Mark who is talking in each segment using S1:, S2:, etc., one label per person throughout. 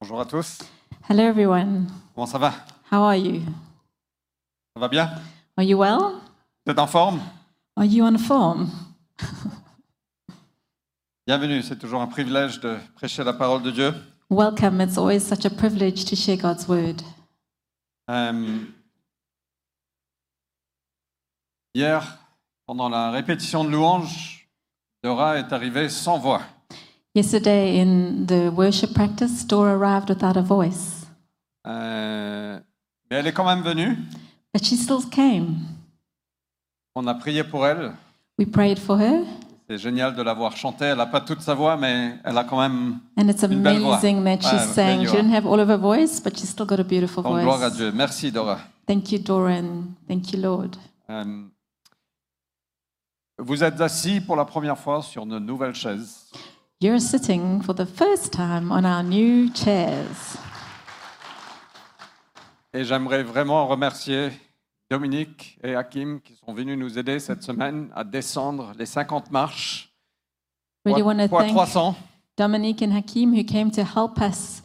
S1: Bonjour à tous.
S2: Hello, everyone.
S1: Comment ça va
S2: How are you?
S1: Ça va bien
S2: Are you well?
S1: Vous êtes en forme
S2: Are you on form?
S1: Bienvenue, c'est toujours un privilège de prêcher la parole de Dieu.
S2: Welcome. It's always such a privilege to share God's word.
S1: Euh, hier, pendant la répétition de louanges, Dora est arrivée sans voix.
S2: Yesterday in the worship practice, Dora arrived without a voice,
S1: Euh, mais elle est quand même venue.
S2: but she still came.
S1: On a prié pour elle.
S2: We prayed for her,
S1: C'est génial de l'avoir chantée. Elle n'a pas toute sa voix, mais elle a quand même...
S2: and it's
S1: Une belle voix.
S2: amazing that she
S1: Ah,
S2: sang.
S1: belle
S2: She
S1: voix.
S2: didn't have all of her voice, but she still got a beautiful
S1: Donc, gloire à
S2: voice.
S1: Dieu. Merci, Dora.
S2: Thank you, Dora, and thank you, Lord.
S1: Euh, vous êtes assis pour la première fois sur une nouvelle chaise.
S2: You're sitting for the first time on our new chairs.
S1: Et j'aimerais vraiment remercier Dominique et Hakim qui sont venus nous aider cette semaine à descendre les 50 marches.
S2: Really
S1: fois-
S2: want to
S1: fois
S2: thank
S1: 300.
S2: Dominique and Hakim, who came to help us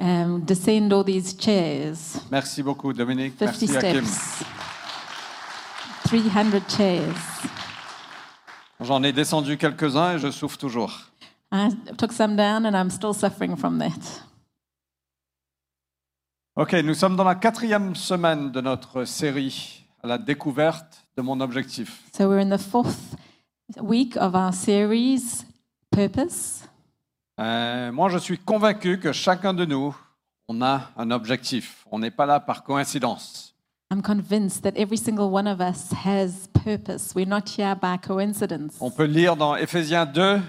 S2: um, descend all these chairs
S1: Merci beaucoup Dominique,
S2: 50
S1: merci Hakim.
S2: steps, 300 chairs.
S1: J'en ai descendu quelques-uns et je souffre toujours.
S2: I took some down and I'm still suffering from that.
S1: Ok, nous sommes dans la quatrième semaine de notre série à la découverte de mon objectif.
S2: So we're in the fourth week of our series, Purpose.
S1: Euh, moi, je suis convaincu que chacun de nous, on a un objectif. On n'est pas là par coïncidence.
S2: I'm convinced that every single one of us has purpose. We're not here by coincidence.
S1: On peut lire dans Éphésiens 2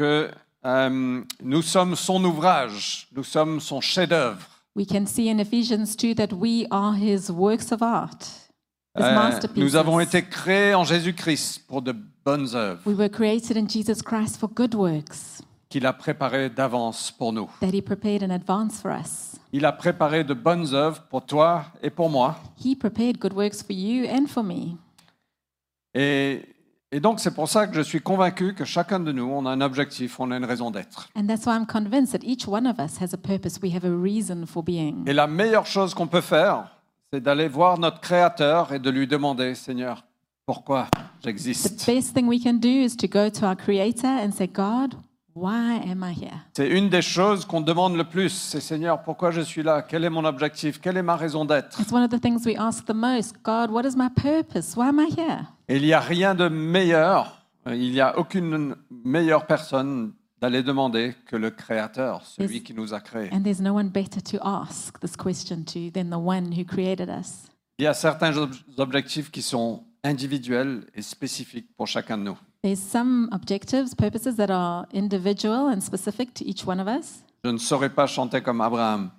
S1: que euh, nous sommes son ouvrage, nous sommes son chef-d'œuvre.
S2: We can see in Ephesians 2 that we are his works of art, his
S1: Euh,
S2: masterpieces.
S1: nous avons été créés en Jésus-Christ pour de bonnes œuvres
S2: We were created in Jesus Christ for good works
S1: qu'il a préparées d'avance pour nous.
S2: that He prepared in advance for us.
S1: Il a préparé de bonnes œuvres pour toi et pour moi.
S2: He prepared good works for you and for me.
S1: Et, et donc c'est pour ça que je suis convaincu que chacun de nous, on a un objectif, on a une raison d'être.
S2: And that's why I'm convinced that each one of us has a purpose. We have a reason for being.
S1: Et la meilleure chose qu'on peut faire, c'est d'aller voir notre Créateur et de lui demander, Seigneur, pourquoi
S2: The
S1: j'existe
S2: best thing we can do is to go to our Creator and say, God, why am I here?
S1: C'est une des choses qu'on demande le plus. C'est Seigneur, pourquoi je suis là Quel est mon objectif Quelle est ma raison d'être
S2: It's one of the things we ask the most God, what is my purpose? Why am I here?
S1: Et Il n'y a rien de meilleur, euh, il n'y a aucune meilleure personne d'aller demander que le Créateur, celui
S2: Yes.
S1: qui nous a créés.
S2: And there's no one better to ask this question to than the one who created us.
S1: Il y a certains ob- objectifs qui sont individuels et spécifiques pour chacun de nous.
S2: There's some objectives, purposes that are individual and specific to each one of us.
S1: Je ne saurais pas chanter comme Abraham.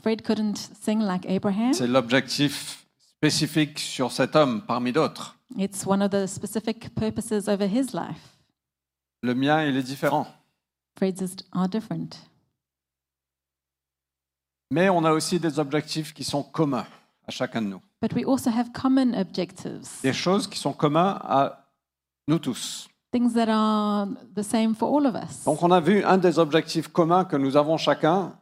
S2: Fred couldn't sing like Abraham.
S1: C'est l'objectif spécifique sur cet homme parmi d'autres.
S2: It's one of the specific purposes over his life.
S1: Le mien, il est différent.
S2: Fred's is- are different.
S1: Mais on a aussi des objectifs qui sont communs à chacun de nous.
S2: But we also have common objectives,
S1: des choses qui sont communs à nous tous.
S2: things that are the same for all of us.
S1: Donc on a vu un des objectifs communs que nous avons chacun,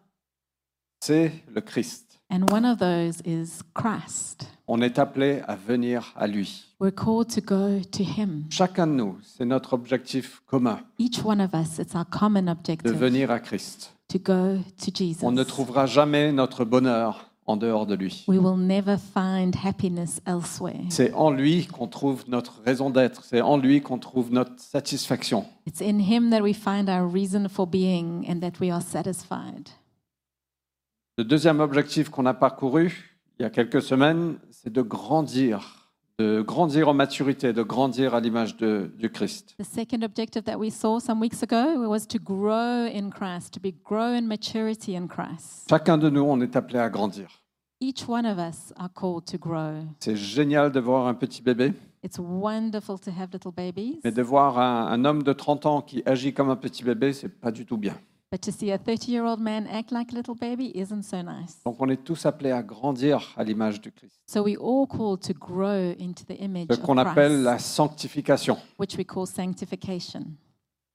S1: c'est le Christ.
S2: And one of those is Christ.
S1: On est appelé à venir à lui.
S2: We're called to go to him.
S1: Chacun de nous, c'est notre objectif commun,
S2: Each one of us, it's our common
S1: de
S2: objective
S1: venir à Christ.
S2: to go to Jesus.
S1: On ne trouvera jamais notre bonheur en dehors de lui.
S2: We will never find happiness elsewhere.
S1: C'est en lui qu'on trouve notre raison d'être, c'est en lui qu'on trouve notre satisfaction.
S2: It's in him that we find our reason for being and that we are satisfied.
S1: Le deuxième objectif qu'on a parcouru il y a quelques semaines, c'est de grandir, de grandir en maturité, de grandir à l'image de- du Christ.
S2: The second objective that we saw some weeks ago was to grow in Christ, to be grow in maturity in Christ.
S1: Chacun de nous, on est appelé à grandir.
S2: Each one of us are called to grow.
S1: C'est génial de voir un petit bébé,
S2: It's wonderful to have little babies,
S1: mais de voir un, un homme de 30 ans qui agit comme un petit bébé, c'est pas du tout bien.
S2: but to see a 30-year-old man act like a little baby isn't so nice.
S1: Donc on est tous appelés à grandir à l'image du Christ.
S2: So we all called to grow into the image
S1: Ce
S2: of
S1: qu'on appelle la
S2: Christ,
S1: sanctification.
S2: which we call sanctification.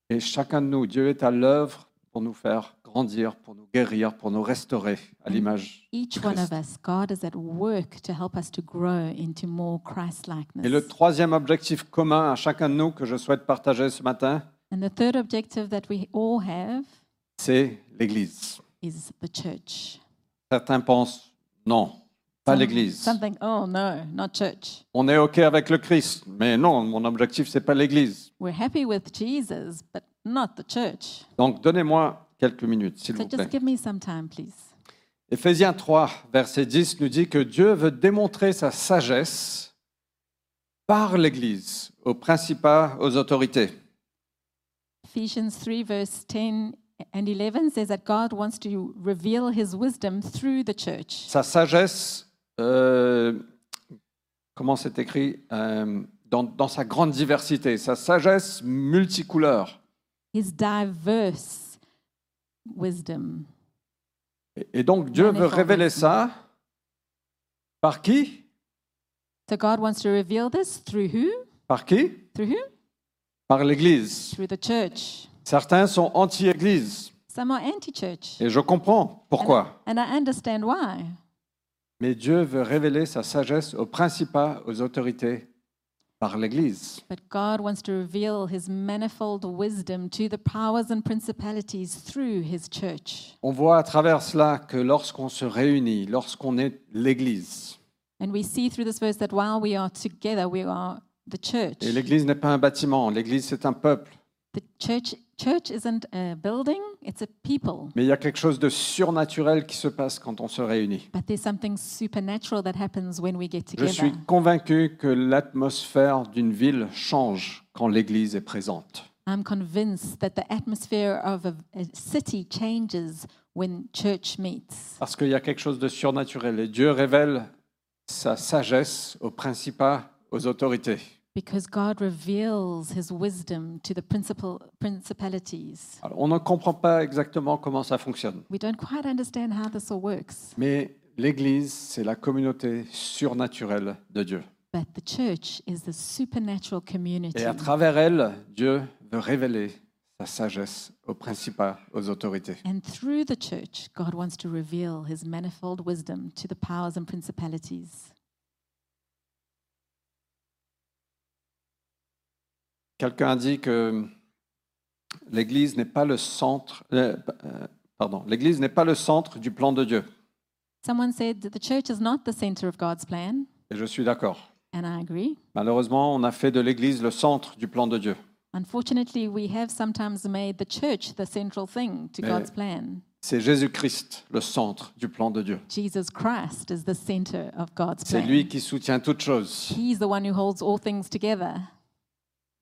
S1: Et chacun de nous, Dieu est à l'œuvre pour nous faire grandir, pour nous guérir, pour nous restaurer à l'image.
S2: Each one of us, God is at work to help us to grow into more Christ
S1: Et le
S2: likeness.
S1: troisième objectif commun à chacun de nous que je souhaite partager ce matin,
S2: And the third objective that we all have
S1: c'est l'Église.
S2: is the church.
S1: Certains pensent non, pas
S2: Some-
S1: l'Église.
S2: Something, oh no, not church.
S1: On est OK avec le Christ, mais non, mon objectif, c'est pas l'Église.
S2: We're happy with Jesus, but not the church.
S1: Donc donnez-moi quelques minutes, s'il
S2: So
S1: vous plaît.
S2: just give me some time, please.
S1: Éphésiens 3, verset 10 nous dit que Dieu veut démontrer sa sagesse par l'Église aux principats, aux autorités.
S2: Ephesians 3, verse 10 and 11 says that God wants to reveal his wisdom through the church.
S1: Sa sagesse, euh, comment c'est écrit Euh, dans, dans sa grande diversité, sa sagesse multicouleur.
S2: His diverse wisdom.
S1: Et, et donc Dieu veut révéler ça par qui
S2: So God wants to reveal this through who?
S1: Par qui
S2: Through who?
S1: Par l'Église.
S2: Through the church.
S1: Certains sont anti-Église,
S2: Some are anti church.
S1: et je comprends pourquoi.
S2: And I understand why.
S1: Mais Dieu veut révéler sa sagesse aux principats, aux autorités, par l'Église.
S2: But God wants to reveal his manifold wisdom to the powers and principalities through his church.
S1: On voit à travers cela que lorsqu'on se réunit, lorsqu'on est l'Église,
S2: And we see through this verse that while we are together, we are the church.
S1: et l'Église n'est pas un bâtiment, l'Église c'est un peuple,
S2: The church church isn't a building, it's a people.
S1: mais il y a quelque chose de surnaturel qui se passe quand on se réunit.
S2: But there's something supernatural that happens when we get
S1: Je
S2: together.
S1: suis convaincu que l'atmosphère d'une ville change quand l'Église est présente.
S2: I'm convinced that the atmosphere of a, a city changes when church meets.
S1: Parce qu'il y a quelque chose de surnaturel et Dieu révèle sa sagesse aux principats, aux autorités.
S2: Because God reveals his wisdom to the principal principalities.
S1: Alors, on ne comprend pas exactement comment ça fonctionne,
S2: We don't quite understand how this all works,
S1: mais l'Église, c'est la communauté surnaturelle de Dieu.
S2: but the church is the supernatural community.
S1: Et à travers elle, Dieu veut révéler sa sagesse aux principats, aux autorités.
S2: And through the church, God wants to reveal his manifold wisdom to the powers and principalities.
S1: Quelqu'un a dit que l'Église n'est pas le centre, euh, euh, pardon, l'Église n'est pas le centre du plan de Dieu.
S2: Someone said that the church is not the center of God's plan,
S1: Et je suis d'accord.
S2: and I agree.
S1: Malheureusement, on a fait de l'Église le centre du plan de Dieu.
S2: Unfortunately, we have sometimes made the church the central thing to
S1: Mais-
S2: God's plan.
S1: C'est Jésus-Christ, le centre du plan de Dieu.
S2: Jesus Christ is the center of God's
S1: C'est
S2: plan.
S1: lui qui soutient toutes choses.
S2: He's the one who holds all things together.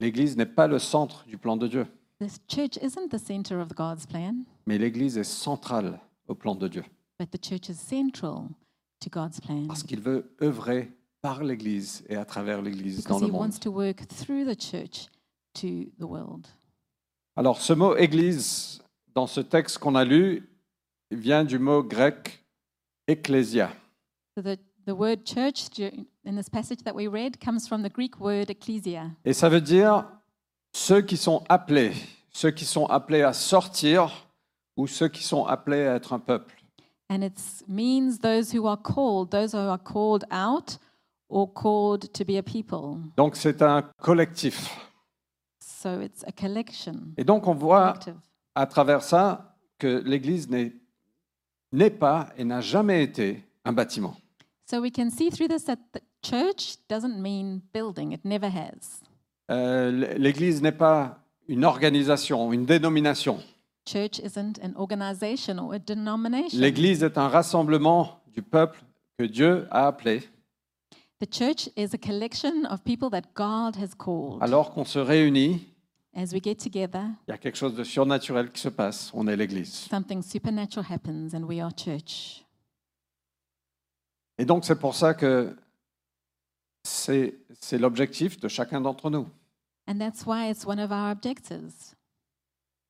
S1: L'Église n'est pas le centre du plan de Dieu,
S2: The church isn't the center of God's plan,
S1: mais l'Église est centrale au plan de Dieu,
S2: but the church is central to God's plan
S1: parce qu'il veut œuvrer par l'Église et à travers l'Église dans
S2: because
S1: le
S2: He
S1: monde.
S2: wants to work through the church to the world.
S1: Alors ce mot Église, dans ce texte qu'on a lu, vient du mot grec ecclésia.
S2: So the, the word church dur- in this passage that we read comes from the Greek word ecclesia.
S1: Et ça veut dire ceux qui sont appelés, ceux qui sont appelés à sortir ou ceux qui sont appelés à être un peuple.
S2: And it means those who are called, those who are called out or called to be a people.
S1: Donc c'est un collectif.
S2: So it's a collection.
S1: Et donc on voit
S2: collective.
S1: à travers ça que l'Église n'est n'est pas et n'a jamais été un bâtiment.
S2: So we can see through this that the church doesn't mean building, it never has.
S1: Euh, l- L'Église n'est pas une organisation, une dénomination.
S2: Church isn't an organization or a denomination.
S1: L'Église est un rassemblement du peuple que Dieu a appelé
S2: the church is a collection of people that God has called.
S1: alors qu'on se réunit.
S2: As we get together,
S1: Il y a quelque chose de surnaturel qui se passe. On est l'Église.
S2: something supernatural happens and we are church.
S1: Et donc c'est pour ça que c'est c'est l'objectif de chacun d'entre nous.
S2: And that's why it's one of our objectives.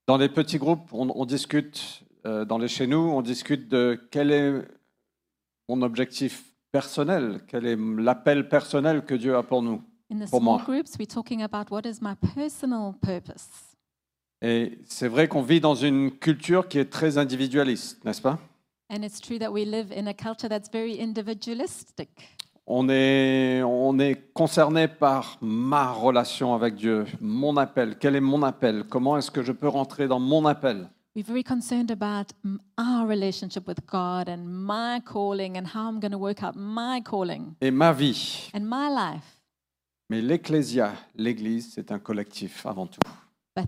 S1: Dans les petits groupes, on, on discute, euh, dans les chez nous, on discute de quel est mon objectif personnel, quel est l'appel personnel que Dieu a pour nous.
S2: In the
S1: Pour
S2: small
S1: moi.
S2: groups, we're talking about what is my personal purpose.
S1: Et c'est vrai qu'on vit dans une culture qui est très individualiste, n'est-ce pas
S2: And it's true that we live in a culture that's very individualistic.
S1: on est, on est concerné par ma relation avec Dieu, mon appel. Quel est mon appel Comment est-ce que je peux rentrer dans mon appel
S2: We're very concerned about mm, our relationship with God and my calling and how I'm going to work out my calling
S1: et ma vie
S2: and my life.
S1: Mais l'Ecclésia, l'Église, c'est un collectif avant tout.
S2: But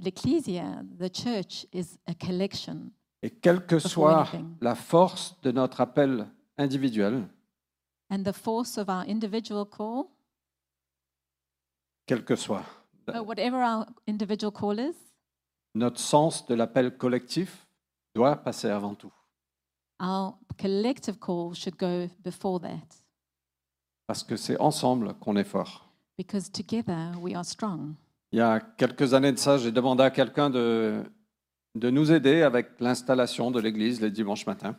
S2: the ecclesia, the church, is a collection.
S1: Et quelle que
S2: Before
S1: soit
S2: anything.
S1: la force de notre appel individuel,
S2: And the force of our individual call,
S1: quel que soit
S2: uh, whatever our individual call is,
S1: notre sens de l'appel collectif doit passer avant tout.
S2: our collective call should go before that
S1: Parce que c'est ensemble qu'on est fort.
S2: because together we are strong.
S1: Il y a quelques années de ça, j'ai demandé à quelqu'un de, de nous aider avec l'installation de l'église les dimanches matins.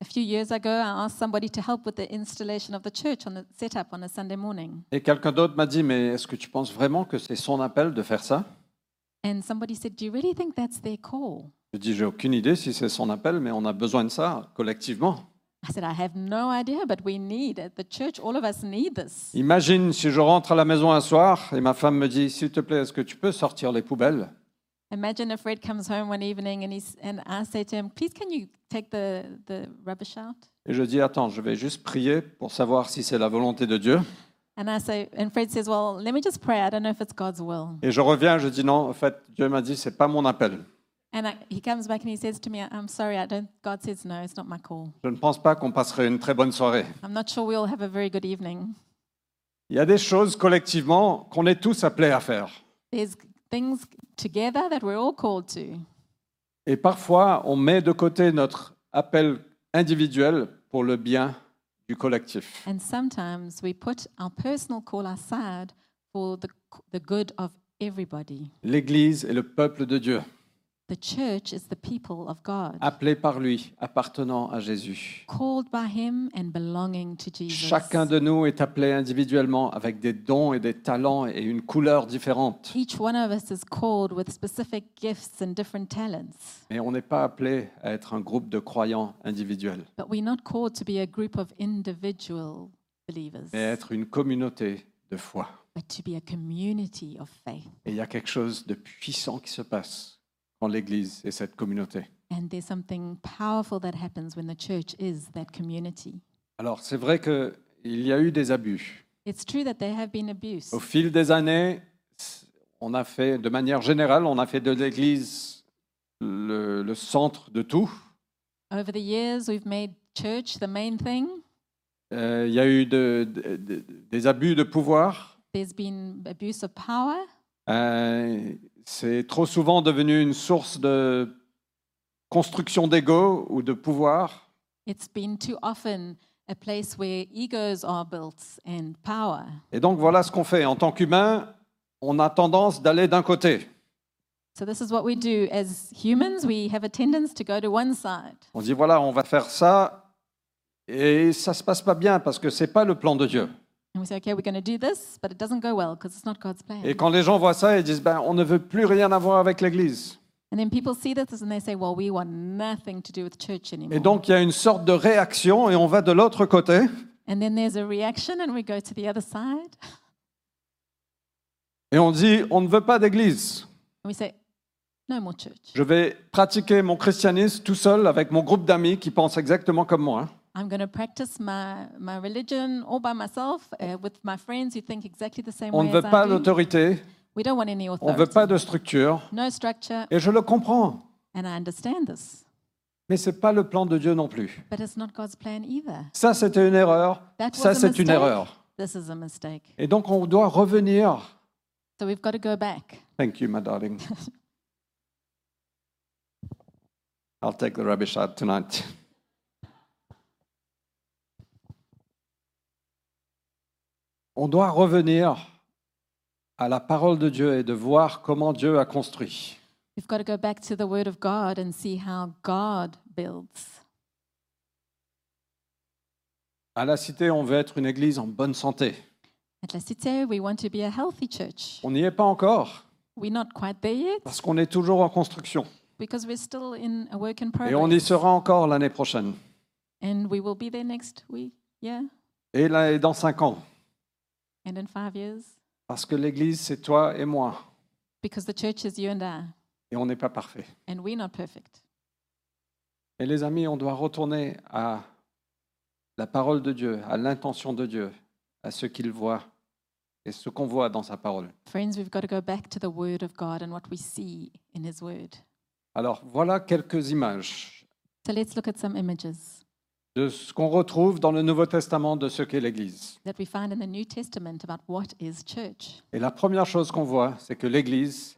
S2: A few years ago, I asked somebody to help with the installation of the church on the setup on a Sunday morning.
S1: Et quelqu'un d'autre m'a dit, mais est-ce que tu penses vraiment que c'est son appel de faire ça
S2: And somebody said, Do you really think that's their call?
S1: Je dis, j'ai aucune idée si c'est son appel, mais on a besoin de ça collectivement.
S2: I said, I have no idea, but we need it. The church, all of us need this.
S1: Imagine si je rentre à la maison un soir et ma femme me dit, s'il te plaît, est-ce que tu peux sortir les poubelles
S2: Imagine if Fred comes home one evening and, he's, and I say to him, Please, can you take the, the rubbish out?
S1: Et je dis, attends, je vais juste prier pour savoir si c'est la volonté de Dieu.
S2: And I say, and Fred says, Well, let me just pray. I don't know if it's God's will.
S1: Et je reviens, je dis, non, en fait, Dieu m'a dit, c'est pas mon appel.
S2: And I, he comes back and he says to me, I'm sorry, I don't, God says, No, it's not my call.
S1: Je ne pense pas qu'on passerait une très bonne soirée.
S2: I'm not sure we'll have a very good evening.
S1: Il y a des choses collectivement qu'on est tous appelés à faire.
S2: There's things together that we're all called to.
S1: Et parfois, on met de côté notre appel individuel pour le bien du collectif.
S2: And sometimes we put our personal call aside for the, the good of everybody.
S1: L'Église est le peuple de Dieu,
S2: The church is the people of God,
S1: appelé par lui, appartenant à Jésus.
S2: called by Him and belonging to Jesus.
S1: Chacun de nous est appelé individuellement avec des dons et des talents et une couleur différente.
S2: Each one of us is called with specific gifts and different talents,
S1: Mais on n'est pas appelé à être un groupe de croyants individuels,
S2: but we're not called to be a group of individual believers,
S1: mais à être une communauté de foi.
S2: but to be a community of faith.
S1: Et il y a quelque chose de puissant qui se passe quand l'Église et cette communauté.
S2: And there's something powerful that happens when the church is that community.
S1: Alors, c'est vrai qu'il y a eu des abus.
S2: It's true that there have been abuse.
S1: Au fil des années, on a fait, de manière générale, on a fait de l'Église le, le centre de tout.
S2: Over the years, we've made church the main thing.
S1: Euh, il y a eu de- de- de- des abus de pouvoir.
S2: There's been abuse of power.
S1: Euh, c'est trop souvent devenu une source de construction d'ego ou de pouvoir.
S2: It's been too often a place where egos are built and power.
S1: Et donc, voilà ce qu'on fait. En tant qu'humain, on a tendance d'aller d'un côté.
S2: So, this is what we do as humans. We have a tendency to go to one side.
S1: On dit voilà, on va faire ça et ça se passe pas bien parce que c'est pas le plan de Dieu.
S2: And we say, okay, we're going to do this, but it doesn't go well because it's not God's plan.
S1: Et quand les gens voient ça, ils disent ben on ne veut plus rien avoir avec l'église.
S2: and then people see this and they say, well, we want nothing to do with church anymore.
S1: Et donc il y a une sorte de réaction et on va de l'autre côté
S2: and then there's a reaction and we go to the other side. And
S1: et on dit on ne veut pas d'église.
S2: we say, no more church.
S1: Je vais pratiquer mon christianisme tout seul avec mon groupe d'amis qui pensent exactement comme moi.
S2: I'm going to practice my, my religion all by myself uh, with my friends who think exactly the same
S1: On
S2: way
S1: ne veut
S2: as
S1: pas
S2: I do.
S1: d'autorité,
S2: We don't want any
S1: on
S2: authority.
S1: ne veut pas de structure
S2: No structure,
S1: et je le comprends.
S2: and I understand this.
S1: Mais c'est pas le plan de Dieu non plus.
S2: But it's not God's plan either.
S1: Ça c'était une erreur,
S2: That was
S1: ça
S2: a
S1: c'est une
S2: mistake.
S1: erreur.
S2: This is a mistake.
S1: Et donc on doit revenir
S2: So we've got to go back.
S1: Thank you, my darling. I'll take the rubbish out tonight. On doit revenir à la parole de Dieu et de voir comment Dieu a construit.
S2: We've got to go back to the Word of God and see how God builds.
S1: À la cité, on veut être une église en bonne santé.
S2: At La Cité, we want to be a healthy church.
S1: On n'y est pas encore.
S2: We're not quite there yet
S1: Parce qu'on est toujours en construction.
S2: because we're still in a work in
S1: Et on y
S2: progress.
S1: sera encore l'année prochaine.
S2: And we will be there next week, yeah,
S1: Et là, et dans cinq ans.
S2: and in five years,
S1: Parce que l'Église, c'est toi et moi.
S2: because the church is you and I,
S1: Et on n'est pas parfait.
S2: and we're not perfect.
S1: Et les amis, on doit retourner à la parole de Dieu, à l'intention de Dieu, à ce qu'il voit et ce qu'on voit dans sa parole.
S2: Friends, we've got to go back to the Word of God and what we see in His Word.
S1: Alors voilà quelques images
S2: So let's look at some images
S1: de ce qu'on retrouve dans le Nouveau Testament de ce qu'est l'Église.
S2: that we find in the New Testament about what is church.
S1: Et la première chose qu'on voit, c'est que l'Église,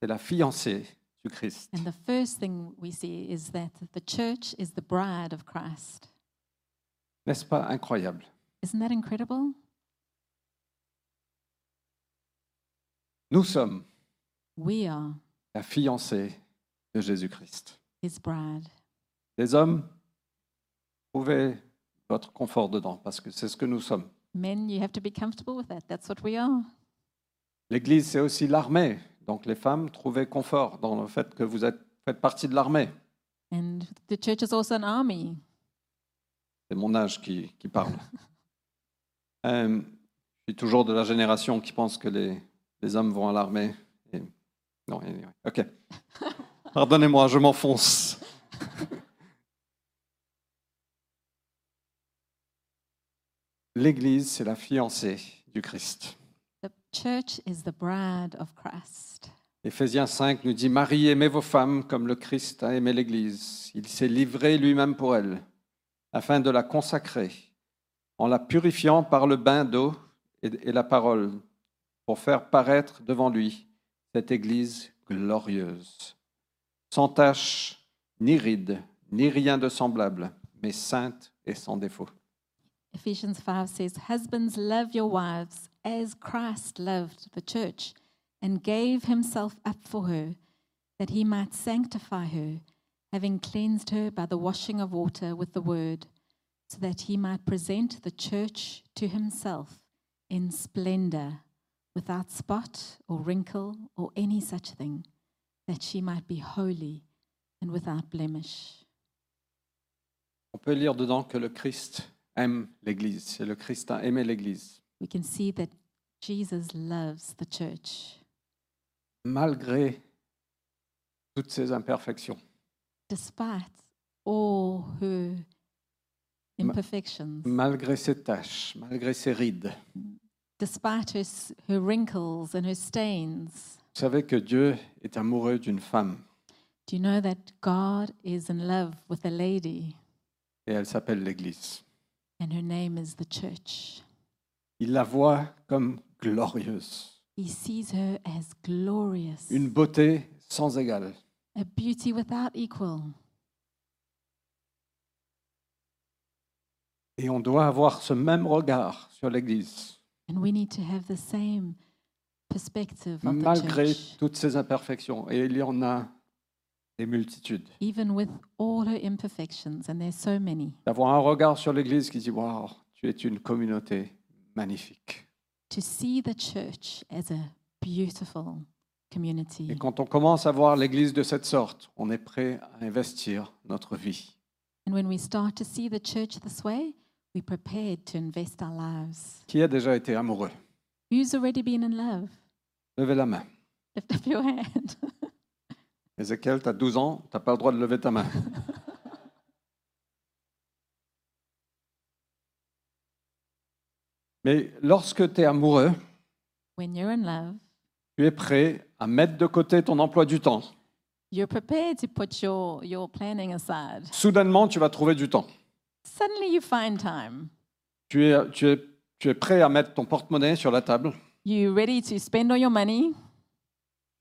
S1: c'est la fiancée du Christ.
S2: And the first thing we see is that the church is the bride of Christ.
S1: N'est-ce pas incroyable
S2: Isn't that incredible?
S1: Nous sommes
S2: We are
S1: la fiancée de Jésus-Christ.
S2: His bride.
S1: Les hommes, trouvez votre confort dedans, parce que c'est ce que nous sommes.
S2: Men, you have to be comfortable with that. That's what we are.
S1: L'Église, c'est aussi l'armée. Donc les femmes, trouvez confort dans le fait que vous êtes- faites partie de l'armée.
S2: And the church is also an army.
S1: C'est mon âge qui, qui parle. Euh, je suis toujours de la génération qui pense que les, les hommes vont à l'armée. Et- Non, anyway. ok. Pardonnez-moi, je m'enfonce. L'Église, c'est la fiancée du Christ.
S2: The church is the bride of Christ.
S1: Éphésiens 5 nous dit Marie, aimez vos femmes comme le Christ a aimé l'Église. Il s'est livré lui-même pour elle, afin de la consacrer, en la purifiant par le bain d'eau et, et la parole, pour faire paraître devant lui cette Église glorieuse, sans tache, ni ride, ni rien de semblable, mais sainte et sans défaut.
S2: Ephesians 5 says, Husbands, love your wives as Christ loved the church and gave himself up for her, that he might sanctify her, having cleansed her by the washing of water with the word, so that he might present the church to himself in splendor, without spot or wrinkle or any such thing, that she might be holy and without blemish.
S1: On peut lire dedans que le Christ aime l'Église, et le Christ a aimé l'Église,
S2: We can see that Jesus loves the church.
S1: malgré toutes ses imperfections.
S2: despite all her imperfections,
S1: malgré ses taches, malgré ses rides.
S2: despite her, s- her wrinkles and her stains,
S1: Vous savez que Dieu est amoureux d'une femme
S2: do you know that God is in love with a lady
S1: et elle s'appelle l'Église.
S2: and her name is the church?
S1: Il la voit comme glorieuse,
S2: He sees her as glorious,
S1: une beauté sans égale.
S2: a beauty without equal.
S1: Et on doit avoir ce même regard sur l'Église,
S2: And we need to have the same perspective of the
S1: malgré
S2: church,
S1: toutes ses imperfections. Et il y en a des multitudes.
S2: even with all her imperfections, and there's so many.
S1: D'avoir un regard sur l'Église qui dit, Waouh, tu es une communauté magnifique.
S2: To see the church as a beautiful community.
S1: Et quand on commence à voir l'Église de cette sorte, on est prêt à investir notre vie.
S2: And when we start to see the church this way, we're prepared to invest our lives.
S1: Qui a déjà été amoureux
S2: Who's already been in love?
S1: Levez la main.
S2: Lift up your hand.
S1: Ézéchiel, tu as 12 ans, tu n'as pas le droit de lever ta main. Mais lorsque tu es amoureux,
S2: when you're in love,
S1: tu es prêt à mettre de côté ton emploi du temps.
S2: you're prepared to put your, your planning aside.
S1: Soudainement, tu vas trouver du temps.
S2: Suddenly you find time.
S1: Tu es, tu es- tu es prêt à mettre ton porte-monnaie sur la table.
S2: You're ready to spend all your money.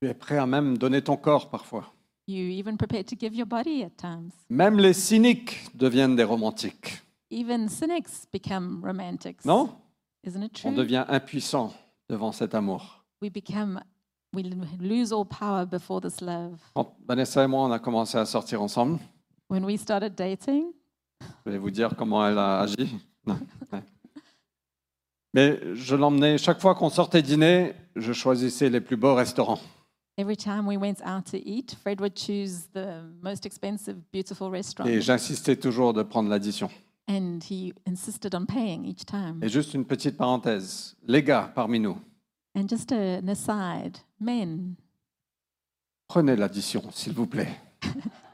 S1: Tu es prêt à même donner ton corps parfois.
S2: You're even prepared to give your body at times.
S1: Même les cyniques deviennent des romantiques.
S2: Even cynics become romantics.
S1: Non
S2: Isn't it
S1: On
S2: true?
S1: devient impuissant devant cet amour.
S2: we become, we l- lose all power before this love.
S1: Quand Vanessa et moi, on a commencé à sortir ensemble,
S2: When we started dating,
S1: je vais vous dire comment elle a agi. Non, ouais. Mais je l'emmenais, chaque fois qu'on sortait dîner, je choisissais les plus beaux restaurants.
S2: Every time we went out to eat, Fred would choose the most expensive, beautiful restaurant.
S1: Et j'insistais toujours de prendre l'addition.
S2: And he insisted on paying each time.
S1: Et juste une petite parenthèse. Les gars parmi nous,
S2: And just a, an aside men,
S1: prenez l'addition, s'il vous plaît.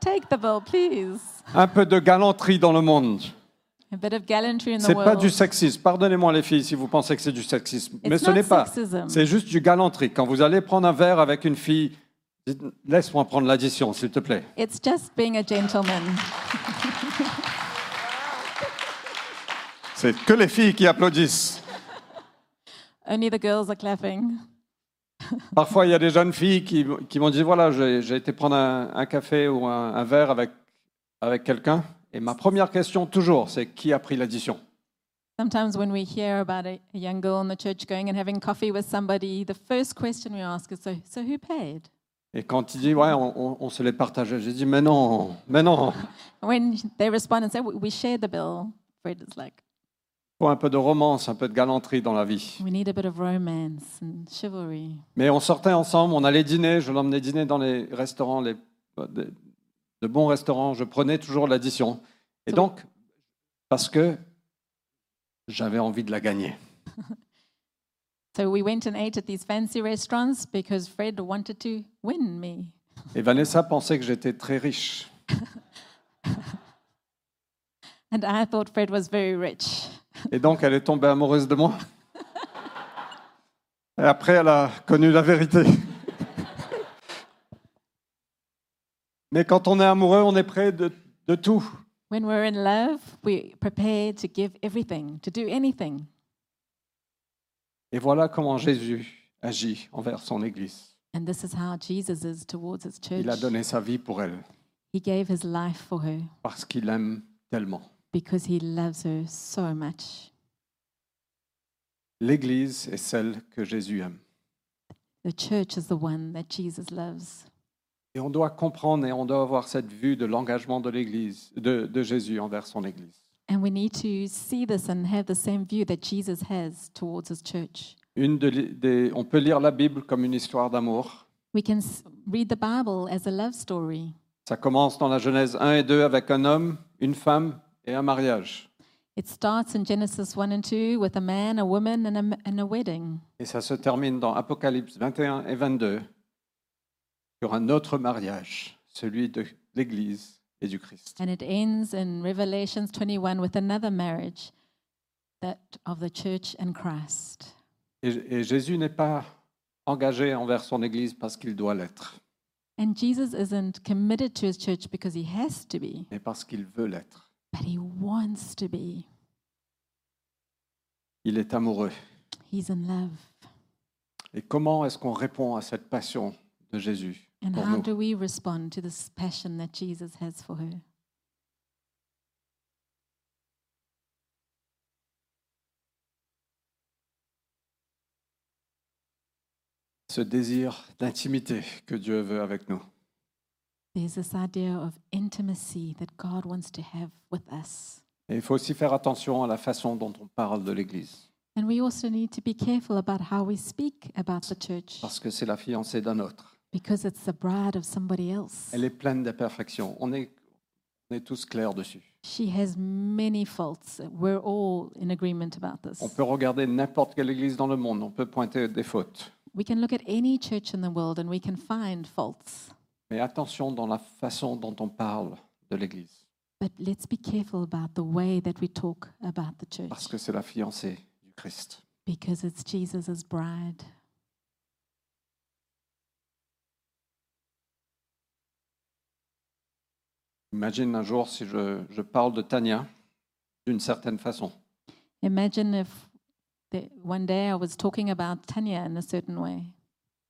S2: take the bill, please.
S1: Un peu de galanterie dans le monde.
S2: A bit of gallantry in the
S1: C'est pas
S2: world.
S1: du sexisme. Pardonnez-moi les filles si vous pensez que c'est du sexisme, mais
S2: It's
S1: ce
S2: not
S1: n'est pas.
S2: sexism.
S1: C'est juste du galanterie. Quand vous allez prendre un verre avec une fille, dites, laisse-moi prendre l'addition, s'il te plaît.
S2: It's just being a gentleman.
S1: C'est que les filles qui applaudissent.
S2: Only the girls are clapping.
S1: Parfois, il y a des jeunes filles qui, qui m'ont dit voilà, j'ai j'ai été prendre un, un café ou un, un verre avec, avec quelqu'un. Et ma première question, toujours, c'est qui a pris l'addition
S2: Sometimes when we hear about a, a young girl in the church going and having coffee with somebody, the first question we ask is, "So, so who paid?"
S1: Et quand il dit ouais, on, on- on se les partageait, j'ai dit mais non, mais non.
S2: When they respond and say, "We we shared the bill," Fred is like,
S1: Il faut un peu de romance, un peu de galanterie dans la vie.
S2: "We need a bit of romance and chivalry."
S1: Mais on sortait ensemble, on allait dîner, je l'emmenais dîner dans les restaurants, les, de, de bons restaurants, je prenais toujours l'addition. Et
S2: C'est
S1: donc, parce que j'avais envie de la gagner.
S2: So we went and ate at these fancy restaurants because Fred wanted to win me.
S1: Et Vanessa pensait que j'étais très riche.
S2: And I thought Fred was very rich.
S1: Et donc, elle est tombée amoureuse de moi. Et après, elle a connu la vérité. Mais quand on est amoureux, on est prêt de, de tout.
S2: When we're in love, we're prepared to give everything, to do anything.
S1: Et voilà comment Jésus agit envers son Église.
S2: And this is how Jesus is towards his church.
S1: Il a donné sa vie pour elle.
S2: He gave his life for her
S1: parce qu'il aime tellement.
S2: because he loves her so much.
S1: L'Église est celle que Jésus aime.
S2: The church is the one that Jesus loves.
S1: Et on doit comprendre et on doit avoir cette vue de l'engagement de l'Église, de, de Jésus envers son Église.
S2: And we need to see this and have the same view that Jesus has towards his church.
S1: Une de li- des- on peut lire la Bible comme une histoire d'amour.
S2: We can s- read the Bible as a love story.
S1: Ça commence dans la Genèse 1 et 2 avec un homme, une femme et un mariage.
S2: It starts in Genesis 1 and 2 with a man, a woman, and a, m- and a wedding.
S1: Et ça se termine dans Apocalypse 21 et 22 sur un autre mariage, celui de l'Église et du Christ.
S2: And it ends in Revelations 21 with another marriage, that of the church and Christ.
S1: Et- et Jésus n'est pas engagé envers son Église parce qu'il doit l'être.
S2: And Jesus isn't committed to his church because he has to be,
S1: mais parce qu'il veut l'être.
S2: but he wants to be.
S1: Il est amoureux.
S2: He's in love.
S1: Et comment est-ce qu'on répond à cette passion de Jésus
S2: And
S1: pour
S2: how
S1: nous
S2: do we respond to this passion that Jesus has for her?
S1: Ce désir d'intimité que Dieu veut avec nous.
S2: There's this idea of intimacy that God wants to have with us.
S1: Et il faut aussi faire attention à la façon dont on parle de l'Église,
S2: And we also need to be careful about how we speak about the church
S1: parce que c'est la fiancée d'un autre.
S2: because it's the bride of somebody else.
S1: Elle est pleine d'imperfections. On est, on est tous clairs dessus.
S2: She has many faults. We're all in agreement about this.
S1: On peut regarder n'importe quelle Église dans le monde, on peut pointer des fautes.
S2: We can look at any church in the world and we can find faults.
S1: Mais attention dans la façon dont on parle de l'Église,
S2: But let's be careful about the way that we talk about the church
S1: parce que c'est la fiancée du Christ.
S2: because it's Jesus' bride.
S1: Imagine un jour si je, je parle de Tania d'une certaine façon.
S2: Imagine if the, one day I was talking about Tanya in a certain way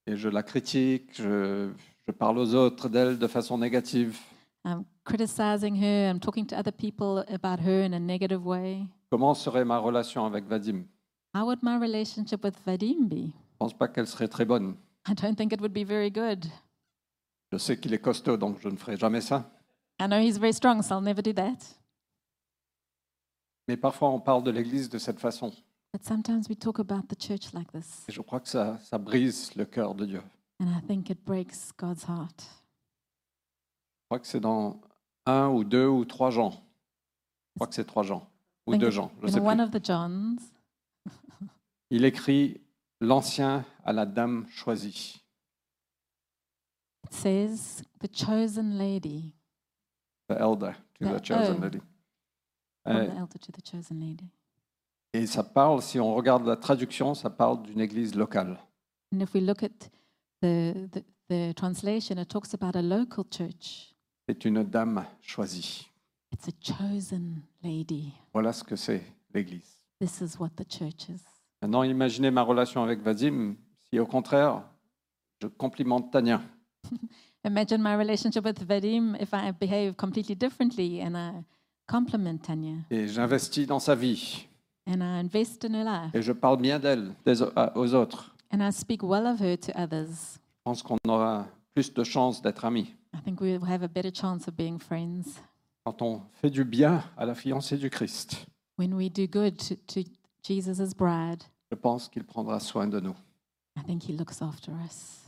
S1: Et je la critique, je, je parle aux autres d'elle de façon négative.
S2: I'm criticizing her, I'm talking to other people about her in a negative way.
S1: Comment serait ma relation avec Vadim
S2: How would my relationship with Vadim be?
S1: Je pense pas qu'elle serait très bonne.
S2: I don't think it would be very good.
S1: Je sais qu'il est costaud, donc je ne ferai jamais ça.
S2: I know he's very strong, so I'll never do that.
S1: Mais parfois, on parle de l'Église de cette façon.
S2: But sometimes we talk about the church like this,
S1: Et je crois que ça, ça brise le cœur de Dieu.
S2: And I think it breaks God's heart.
S1: Je crois que c'est dans un ou deux ou trois Jean. Je crois que c'est trois Jean ou
S2: Think
S1: deux
S2: it's
S1: Jean. Je
S2: In
S1: sais
S2: one
S1: plus.
S2: of the Johns,
S1: Il écrit l'ancien à la dame choisie.
S2: it says, The chosen lady,
S1: The elder to
S2: The-
S1: the chosen
S2: oh.
S1: lady.
S2: from
S1: Euh,
S2: the elder to the chosen lady.
S1: et ça parle, si on regarde la traduction, ça parle d'une église locale.
S2: And if we look at the, the, the translation, it talks about a local church.
S1: C'est une dame choisie.
S2: It's a chosen lady.
S1: Voilà ce que c'est l'église.
S2: This is what the church is.
S1: Maintenant, imaginez ma relation avec Vadim si au contraire, je complimente Tania.
S2: Imagine my relationship with Vadim if I behave completely differently and I compliment Tanya
S1: Et j'investis dans sa vie.
S2: and I invest in her life
S1: Et je parle bien d'elle des- à- aux autres.
S2: and I speak well of her to others.
S1: Je pense qu'on aura plus de chances d'être amis.
S2: I think we will have a better chance of being friends
S1: Quand on fait du bien à la fiancée du Christ,
S2: when we do good to, to Jesus' bride.
S1: je pense qu'il prendra soin de nous.
S2: I think he looks after us.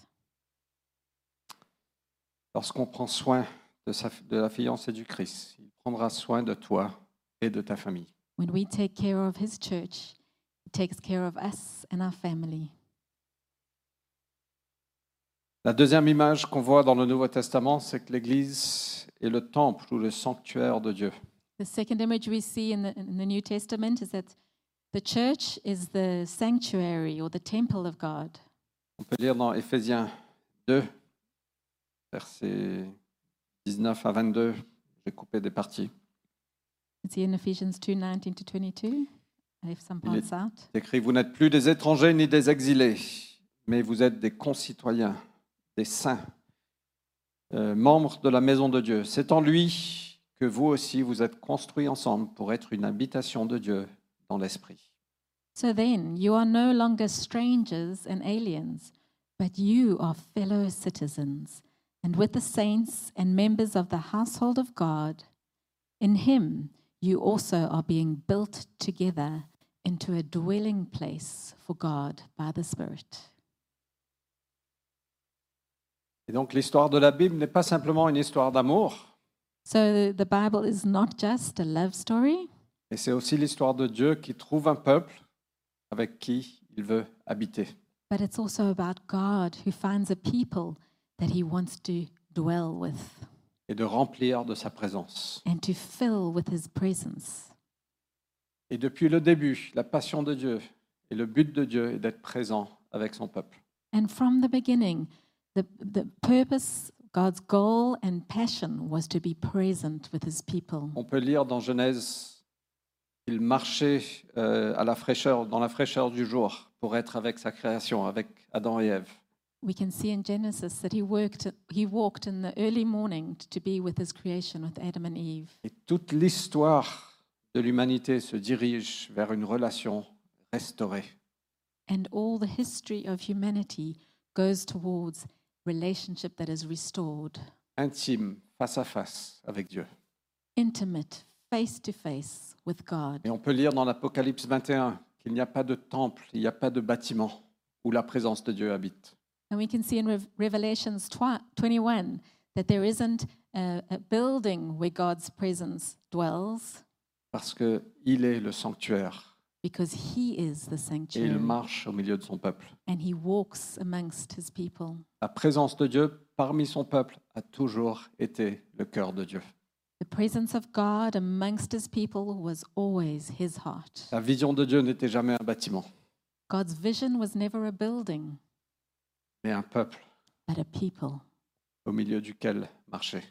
S1: Lorsqu'on prend soin de, sa- de la fiancée du Christ, il prendra soin de toi et de ta famille.
S2: When we take care of his church, he takes care of us and our family.
S1: La deuxième image qu'on voit dans le Nouveau Testament, c'est que l'Église est le temple ou le sanctuaire de Dieu.
S2: The second image we see in the, in the New Testament is that the church is the sanctuary or the temple of God.
S1: On peut lire dans Éphésiens 2, versets 19 à 22. J'ai coupé des parties.
S2: It's here in Ephesians 2 19 to 22. I left some
S1: Il est-
S2: parts out.
S1: Il écrit Vous n'êtes plus des étrangers ni des exilés, mais vous êtes des concitoyens, des saints, euh, membres de la maison de Dieu. C'est en lui que vous aussi vous êtes construits ensemble pour être une habitation de Dieu dans l'esprit.
S2: So then, you are no longer strangers and aliens, but you are fellow citizens, and with the saints and members of the household of God. In Him, you also are being built together into a dwelling place for God by the Spirit.
S1: Et donc l'histoire de la Bible n'est pas simplement une histoire d'amour,
S2: So the Bible is not just a love story,
S1: mais c'est aussi l'histoire de Dieu qui trouve un peuple avec qui il veut habiter.
S2: but it's also about God who finds a people that He wants to dwell with
S1: et de remplir de sa présence.
S2: and to fill with His presence.
S1: Et depuis le début, la passion de Dieu et le but de Dieu est d'être présent avec son peuple.
S2: And from the beginning, the, the purpose, God's goal and passion was to be present with his people.
S1: On peut lire dans Genèse qu'il marchait euh, à la fraîcheur, dans la fraîcheur du jour pour être avec sa création, avec Adam et Ève.
S2: We can see in Genesis that he worked he walked in the early morning to be with his creation with Adam and Eve.
S1: Et toute l'histoire de l'humanité se dirige vers une relation restaurée.
S2: And all the history of humanity goes towards relationship that is restored,
S1: intime, face à face avec Dieu.
S2: intimate, face to face with God.
S1: Et on peut lire dans l'Apocalypse 21 qu'il n'y a pas de temple, il n'y a pas de bâtiment où la présence de Dieu habite.
S2: And we can see in Rev- Revelations twi- 21 that there isn't a, a building where God's presence dwells
S1: parce qu'il est le sanctuaire
S2: because he is
S1: et
S2: the
S1: il
S2: sanctuary
S1: marche au milieu de son peuple.
S2: and he walks amongst his people.
S1: La présence de Dieu parmi son peuple a toujours été le cœur de Dieu.
S2: The presence of God amongst his people was always his heart.
S1: La vision de Dieu n'était jamais un bâtiment,
S2: God's vision was never a building,
S1: mais un peuple
S2: but a people
S1: au milieu duquel marcher.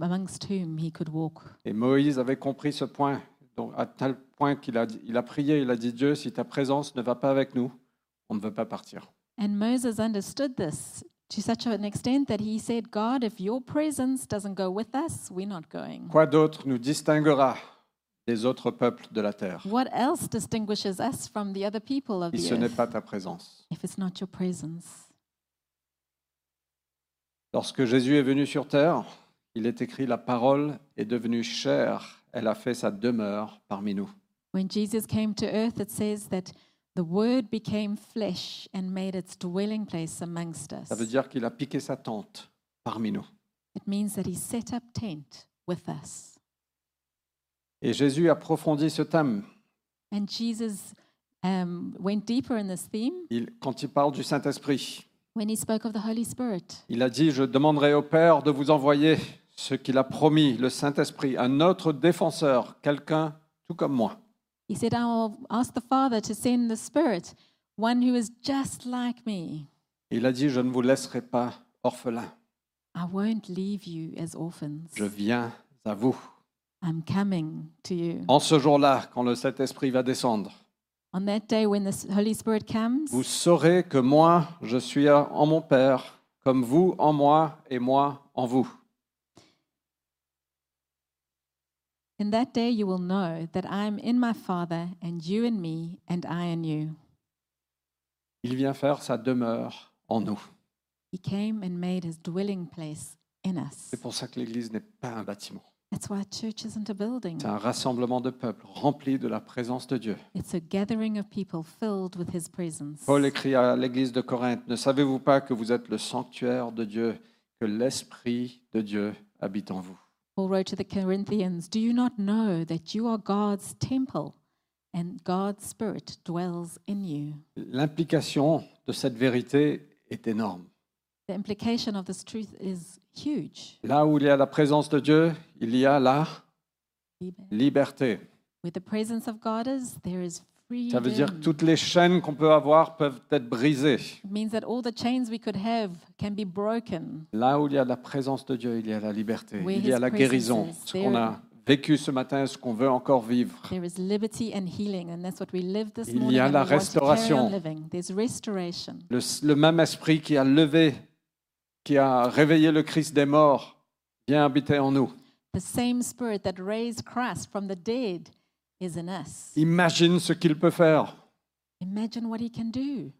S2: amongst whom he could walk.
S1: Et Moïse avait compris ce point, donc à tel point qu'il a, dit- il a prié, il a dit Dieu, si ta présence ne va pas avec nous, on ne veut pas partir.
S2: And Moses understood this to such an extent that he said, God, if your presence doesn't go with us, we're not going.
S1: Quoi d'autre nous distinguera des autres peuples de la terre
S2: What else distinguishes us from the other people of
S1: si ce
S2: the
S1: n'est
S2: earth
S1: pas ta présence
S2: if it's not your presence?
S1: Lorsque Jésus est venu sur terre, il est écrit La parole est devenue chair, elle a fait sa demeure parmi nous.
S2: When Jesus came to earth, it says that The Word became flesh and made its dwelling place amongst us.
S1: Ça veut dire qu'il a piqué sa tente parmi nous.
S2: It means that He set up tent with us.
S1: Et Jésus approfondit ce thème.
S2: And Jesus um, went deeper in this theme
S1: Il- quand il parle du Saint-Esprit,
S2: when He spoke of the Holy Spirit.
S1: il a dit, je demanderai au Père de vous envoyer ce qu'il a promis, le Saint-Esprit, un autre défenseur, quelqu'un tout comme moi.
S2: He said, I will ask the Father to send the Spirit, one who is just like me.
S1: Il a dit, je ne vous laisserai pas orphelin,
S2: I won't leave you as orphans.
S1: je viens à vous.
S2: I'm coming to you.
S1: En ce jour-là, quand le Saint-Esprit va descendre,
S2: On that day when the Holy Spirit comes,
S1: vous saurez que moi, je suis en mon Père, comme vous en moi et moi en vous.
S2: in that day you will know that I am in my Father, and you in me, and I in you.
S1: Il vient faire sa demeure en nous.
S2: He came and made his dwelling place in us.
S1: C'est pour ça que l'Église n'est pas un bâtiment.
S2: That's why a church isn't a building.
S1: C'est un rassemblement de peuples rempli de la présence de Dieu.
S2: It's a gathering of people filled with his presence.
S1: Paul écrit à l'Église de Corinthe, Ne savez-vous pas que vous êtes le sanctuaire de Dieu, que l'Esprit de Dieu habite en vous
S2: Paul wrote to the Corinthians, Do you not know that you are God's temple and God's Spirit dwells in you?
S1: L'implication de cette vérité est énorme.
S2: The implication of this truth is huge.
S1: Là où il y a la présence de Dieu, il y a la liberté.
S2: Where the presence of God is, there is
S1: Ça
S2: freedom.
S1: veut dire que toutes les chaînes qu'on peut avoir peuvent être brisées.
S2: It means that all the chains we could have can be broken.
S1: Là où il y a la présence de Dieu, il y a la liberté,
S2: Where
S1: il y a
S2: his
S1: la
S2: presence
S1: guérison.
S2: is,
S1: Ce qu'on
S2: there-
S1: a vécu ce matin, ce qu'on veut encore vivre.
S2: There is liberty and healing, and that's what we live this
S1: Il y
S2: morning.
S1: a
S2: and
S1: la
S2: we want to carry on
S1: restauration.
S2: living. There's restoration.
S1: Le, le même esprit qui a levé, qui a réveillé le Christ des morts, vient habiter en nous.
S2: The same Spirit that raised Christ from the dead is in us.
S1: Imagine ce qu'il peut faire.
S2: Imagine what He can do.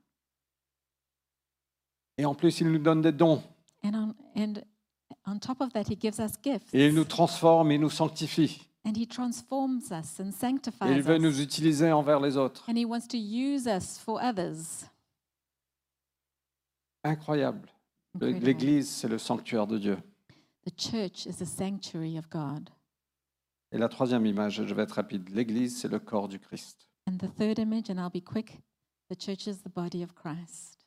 S1: Et en plus, il nous donne des dons.
S2: And on, and on top of that, He gives us gifts.
S1: Et il nous transforme, il nous sanctifie.
S2: and He transforms us and
S1: Et il
S2: sanctifies
S1: veut
S2: us.
S1: nous utiliser envers les autres.
S2: And He wants to use us for others.
S1: Incroyable. Le-
S2: Incredible.
S1: L'Église, c'est le sanctuaire de Dieu.
S2: The church is the sanctuary of God.
S1: Et la troisième image, je vais être rapide. L'Église, c'est le corps du Christ.
S2: And the third image, and I'll be quick the church is the body of Christ.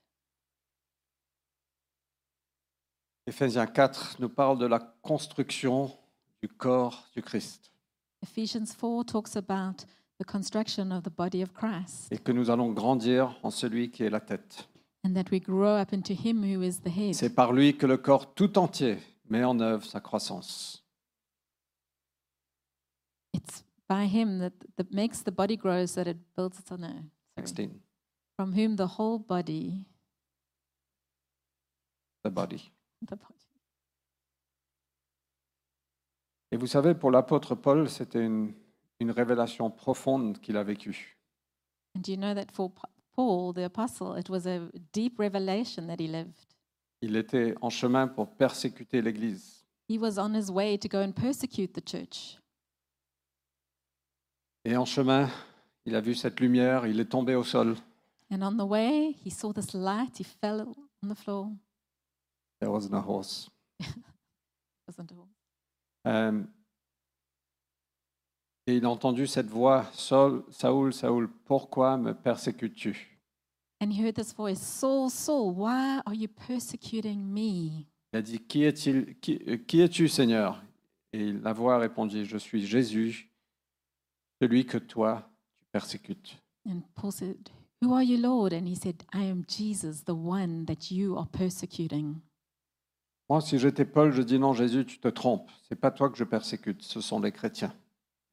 S1: Éphésiens 4 nous parle de la construction du corps du Christ
S2: Ephesians 4 talks about the construction of the body of Christ
S1: et que nous allons grandir en celui qui est la tête.
S2: and that we grow up into Him who is the head.
S1: C'est par lui que le corps tout entier met en œuvre sa croissance.
S2: It's by Him that, that makes the body grow so that it builds its own. Sorry.
S1: 16,
S2: From whom the whole body,
S1: the body.
S2: the body.
S1: Et vous savez, pour l'apôtre Paul, c'était une, une révélation profonde qu'il a vécue.
S2: And do you know that for Pa- Paul, the apostle, it was a deep revelation that he lived.
S1: Il était en chemin pour persécuter l'Église.
S2: He was on his way to go and persecute the church.
S1: Et en chemin, il a vu cette lumière, il est tombé au sol.
S2: And on the way, he saw this light. He fell on the floor.
S1: There was no horse.
S2: It wasn't all.
S1: Euh, et il a entendu cette voix, Saul, Saoul, Saoul, pourquoi me persécutes-tu
S2: And he heard this voice, Saul, Saul, why are you persecuting me?
S1: Il a dit, qui est-il Qui, euh, qui es-tu, Seigneur Et la voix répondit, je suis Jésus, celui que toi tu persécutes.
S2: And Paul said, Who are you, Lord? And he said, I am Jesus, the one that you are persecuting.
S1: Moi, si j'étais Paul, je dis non, Jésus, tu te trompes. C'est pas toi que je persécute, ce sont les chrétiens.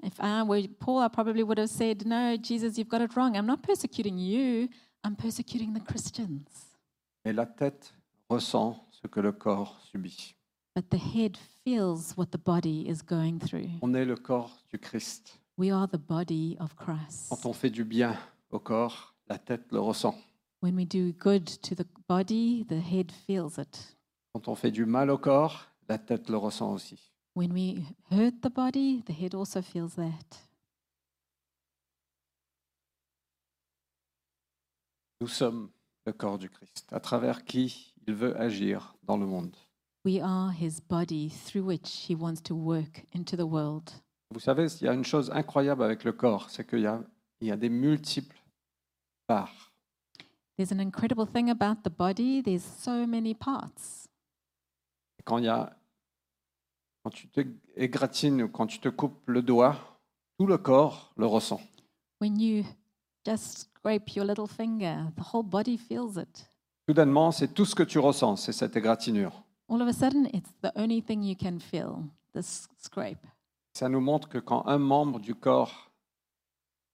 S2: If I were Paul, I probably would have said, No, Jesus, you've got it wrong. I'm not persecuting you, I'm persecuting the Christians.
S1: Mais la tête ressent ce que le corps subit.
S2: But the head feels what the body is going through.
S1: On est le corps du Christ.
S2: We are the body of Christ.
S1: Quand on fait du bien au corps, la tête le ressent.
S2: When we do good to the body, the head feels it.
S1: Quand on fait du mal au corps, la tête le ressent aussi.
S2: When we hurt the body, the head also feels that.
S1: Nous sommes le corps du Christ, à travers qui il veut agir dans le monde.
S2: We are his body through which he wants to work into the world.
S1: Vous savez, il y a une chose incroyable avec le corps, c'est qu'il y a, il y a des multiples parts.
S2: There's an incredible thing about the body, there's so many parts.
S1: Et Quand, il y a, quand tu te égratines ou quand tu te coupes le doigt, tout le corps le ressent.
S2: When you just scrape your little finger, the whole body feels it.
S1: Soudainement, c'est tout ce que tu ressens, c'est cette égratignure.
S2: All of a sudden, it's the only thing you can feel this scrape.
S1: Ça nous montre que quand un membre du corps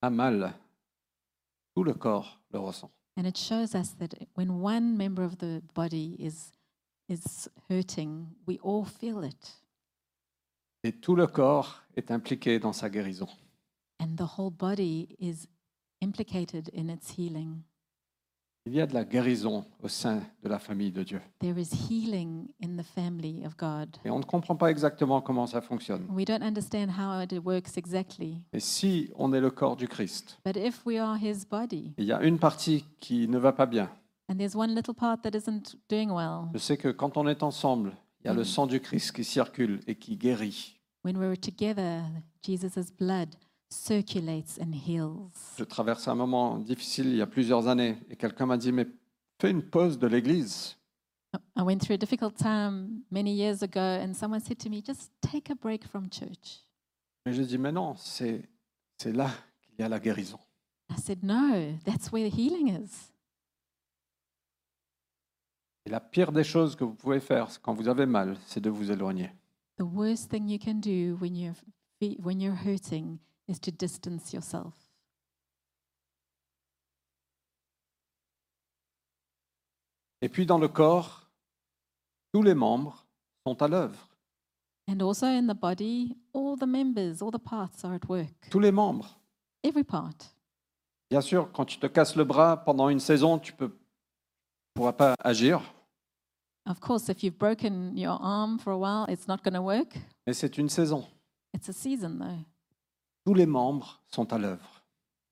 S1: a mal, tout le corps le ressent.
S2: And it shows us that when one member of the body is, is hurting, we all feel it.
S1: Et tout le corps est impliqué dans sa guérison.
S2: And the whole body is implicated in its healing.
S1: Il y a de la guérison au sein de la famille de Dieu.
S2: There is healing in the family of God.
S1: Et on ne comprend pas exactement comment ça fonctionne.
S2: We don't understand how it works exactly,
S1: Et si on est le corps du Christ,
S2: but if we are His body,
S1: il y a une partie qui ne va pas bien.
S2: and there's one little part that isn't doing well,
S1: Je sais que quand on est ensemble, il y a le
S2: Mhm.
S1: sang du Christ qui circule et qui guérit.
S2: when we're together, Jesus' blood circulates and heals.
S1: Je traverse un moment difficile il y a plusieurs années et quelqu'un m'a dit mais fais une pause de l'église.
S2: I went through a difficult time many years ago, and someone said to me, Just take a break from church.
S1: Et je dis mais non, c'est c'est là qu'il y a la guérison.
S2: I said, No, that's where the healing is.
S1: Et la pire des choses que vous pouvez faire c'est quand vous avez mal, c'est de vous éloigner.
S2: The worst thing you can do when you're, fe- when you're hurting is to distance yourself.
S1: Et puis dans le corps, tous les membres sont à l'œuvre.
S2: And also in the body, all the members, all the parts are at work.
S1: Tous les membres.
S2: Every part.
S1: Bien sûr, quand tu te casses le bras pendant une saison, tu peux tu pourras pas agir,
S2: Of course, if you've broken your arm for a while, it's not going to work.
S1: mais c'est une saison.
S2: It's a season, though.
S1: Tous les membres sont à l'œuvre.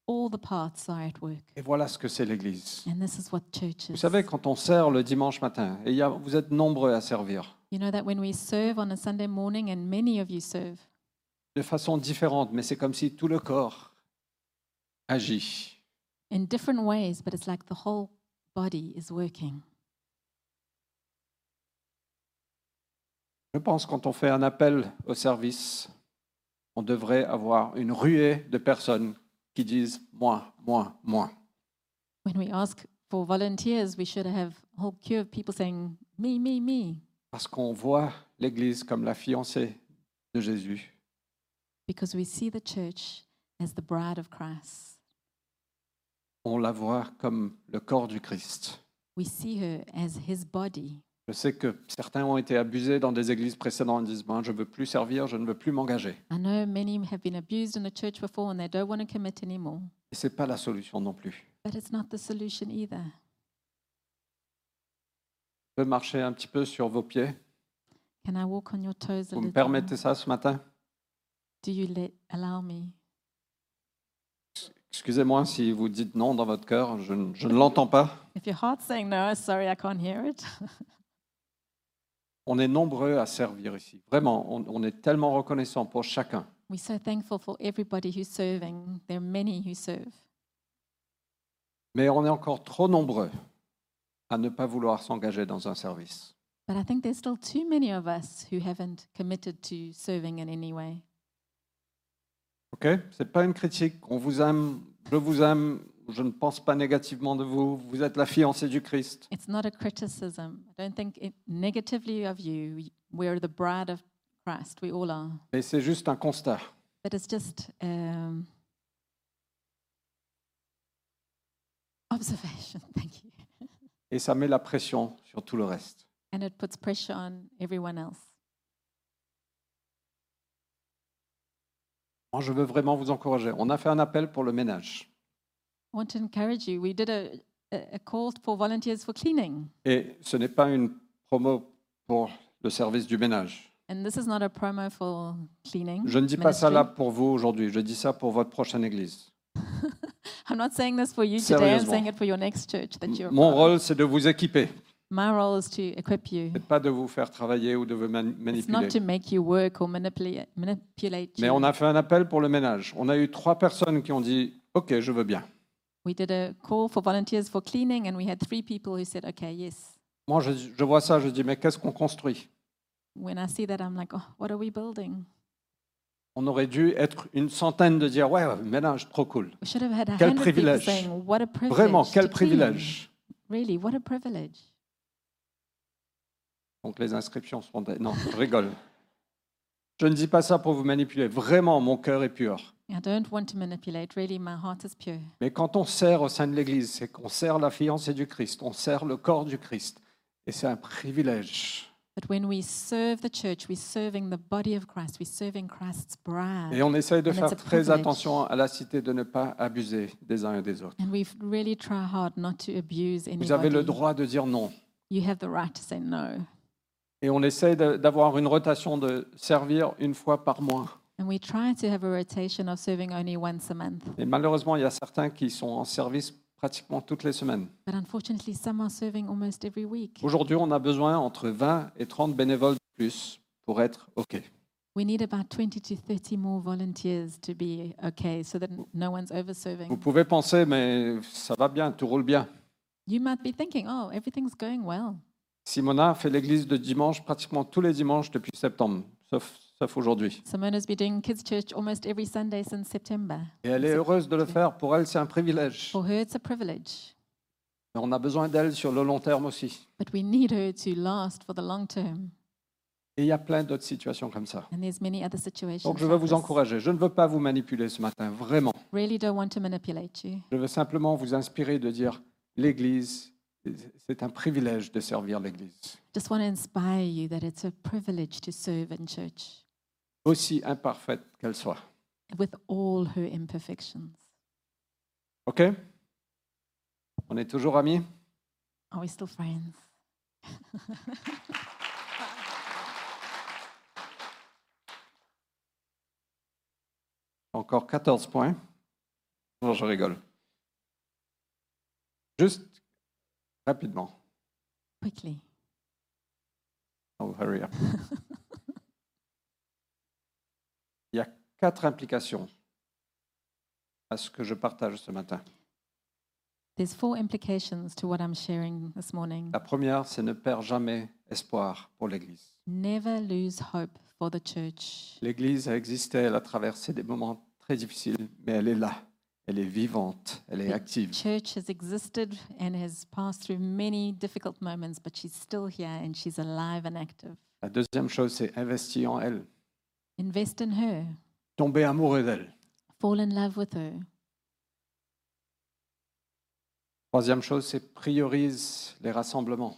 S2: All the parts are at work.
S1: Et voilà ce que c'est l'église.
S2: And this is what church
S1: Vous
S2: is.
S1: savez, quand on sert le dimanche matin, et il y a- vous êtes nombreux à servir,
S2: You know that when we serve on a Sunday morning, and many of you serve,
S1: de façon différente, mais c'est comme si tout le corps agit.
S2: in different ways, but it's like the whole body is working.
S1: Je pense que quand on fait un appel au service, on devrait avoir une ruée de personnes qui disent moi, moi, moi.
S2: When we ask for volunteers, we should have a whole queue of people saying, Me, me, me,
S1: Parce qu'on voit l'Église comme la fiancée de Jésus.
S2: because we see the church as the bride of Christ.
S1: On la voit comme le corps du Christ.
S2: We see her as his body.
S1: Je sais que certains ont été abusés dans des églises précédentes. Ils disent Ben, Je ne veux plus servir, je ne veux plus m'engager.
S2: I know many have been abused in the church before and they don't want to commit anymore,
S1: Et ce n'est pas la solution non plus.
S2: but it's not the solution either.
S1: peux marcher un petit peu sur vos pieds.
S2: Can I walk on your toes a
S1: Vous me
S2: little?
S1: permettez ça ce matin
S2: Do you let, allow me?
S1: Excusez-moi si vous dites non dans votre cœur, je, ne- je ne l'entends pas.
S2: If your heart's saying no, sorry, I can't hear it.
S1: On est nombreux à servir ici. Vraiment, on, on est tellement reconnaissant pour chacun.
S2: We're so thankful for everybody who's serving. There are many who serve,
S1: Mais on est encore trop nombreux à ne pas vouloir s'engager dans un service.
S2: but I think there's still too many of us who haven't committed to serving in any way.
S1: OK C'est pas une critique. On vous aime, je vous aime, je ne pense pas négativement de vous. Vous êtes la fiancée du Christ.
S2: It's not a criticism. I don't think it negatively of you. We're the bride of Christ. We all are.
S1: Mais c'est juste un constat.
S2: But it's just um, observation. Thank you.
S1: Et ça met la pression sur tout le reste.
S2: And it puts pressure on everyone else.
S1: Moi, je veux vraiment vous encourager. On a fait un appel pour le ménage.
S2: I want to encourage you. We did a, a a call for volunteers for cleaning.
S1: Et ce n'est pas une promo pour le service du ménage.
S2: And this is not a promo for cleaning.
S1: Je ne dis pas ça là
S2: ministry.
S1: pour vous aujourd'hui, je dis ça pour votre prochaine église.
S2: I'm not saying this for you today, I'm
S1: Sérieusement.
S2: saying it for your next church that you're a
S1: Mon
S2: part of.
S1: rôle, c'est de vous équiper,
S2: My role is to equip you.
S1: et pas de vous faire travailler ou de vous man-
S2: It's not
S1: manipuler.
S2: to make you work or manipulate, manipulate
S1: Mais
S2: you.
S1: on a fait un appel pour le ménage. On a eu trois personnes qui ont dit OK, je veux bien.
S2: We did a call for volunteers for cleaning, and we had three people who said, okay, yes.
S1: Moi, je, je vois ça, je dis Mais qu'est-ce qu'on construit
S2: When I see that, I'm like, oh, what are we building?
S1: On aurait dû être une centaine de dire Ouais, ouais, ménage, trop cool.
S2: We should have had a
S1: Quel
S2: hundred people
S1: privilège.
S2: saying, what a privilege.
S1: Vraiment,
S2: to
S1: quel
S2: clean."
S1: privilège
S2: Really, what a privilege.
S1: Donc les inscriptions sont... Non, je rigole. Je ne dis pas ça pour vous manipuler. Vraiment, mon cœur est pur.
S2: I don't want to manipulate. Really, my heart is pure.
S1: Mais quand on sert au sein de l'Église, c'est qu'on sert la fiancée du Christ, on sert le corps du Christ. Et c'est un privilège.
S2: But when we serve the church, we're serving the body of Christ, we're serving Christ's bride.
S1: Et on essaye de
S2: And
S1: faire
S2: it's a
S1: très
S2: privilege.
S1: attention à la cité de ne pas abuser des uns et des autres.
S2: And we really try hard not to abuse anybody.
S1: Vous avez le droit de dire non.
S2: You have the right to say no.
S1: Et on essaye de- d'avoir une rotation de servir une fois par mois.
S2: And we try to have a rotation of serving only once a month.
S1: Et malheureusement, il y a certains qui sont en service pratiquement toutes les semaines.
S2: But unfortunately, some are serving almost every week.
S1: Aujourd'hui, on a besoin entre 20 et 30 bénévoles de plus pour être OK.
S2: We need about 20 to 30 more volunteers to be okay so that no one's over
S1: Vous
S2: serving.
S1: pouvez penser, mais ça va bien, tout roule bien.
S2: You might be thinking, oh, everything's going well.
S1: Simona fait l'église de dimanche pratiquement tous les dimanches depuis septembre, sauf, sauf aujourd'hui.
S2: Simona's been doing kids' church almost every Sunday since September.
S1: Et elle est heureuse de le faire. Pour elle, c'est un privilège.
S2: For her, it's a privilege.
S1: Mais on a besoin d'elle sur le long terme aussi.
S2: But we need her to last for the long term.
S1: Et il y a plein d'autres situations comme ça.
S2: And there's many other situations.
S1: Donc je veux
S2: like
S1: vous
S2: this.
S1: encourager. Je ne veux pas vous manipuler ce matin, vraiment.
S2: Really don't want to manipulate you.
S1: Je veux simplement vous inspirer de dire, l'église, c'est un privilège de servir l'église.
S2: Just want to inspire you that it's a privilege to serve in church
S1: Aussi imparfaite qu'elle soit.
S2: with all her imperfections.
S1: OK On est toujours amis
S2: Are we still friends?
S1: Encore 14 points. Non, je rigole. Juste rapidement.
S2: Quickly.
S1: Oh, hurry up. Il y a quatre implications à ce que je partage ce matin.
S2: There's four implications to what I'm sharing this morning.
S1: La première, c'est ne perdre jamais espoir pour l'Église.
S2: Never lose hope for the church.
S1: L'Église a existé, elle a traversé des moments très difficiles, mais elle est là, elle est vivante, elle est active.
S2: Church has existed and has passed through many difficult moments, but she's still here and she's alive and active.
S1: La deuxième chose, c'est investir en elle,
S2: Invest in her.
S1: tomber amoureux d'elle.
S2: Fall in love with her.
S1: Troisième chose, c'est priorise les rassemblements.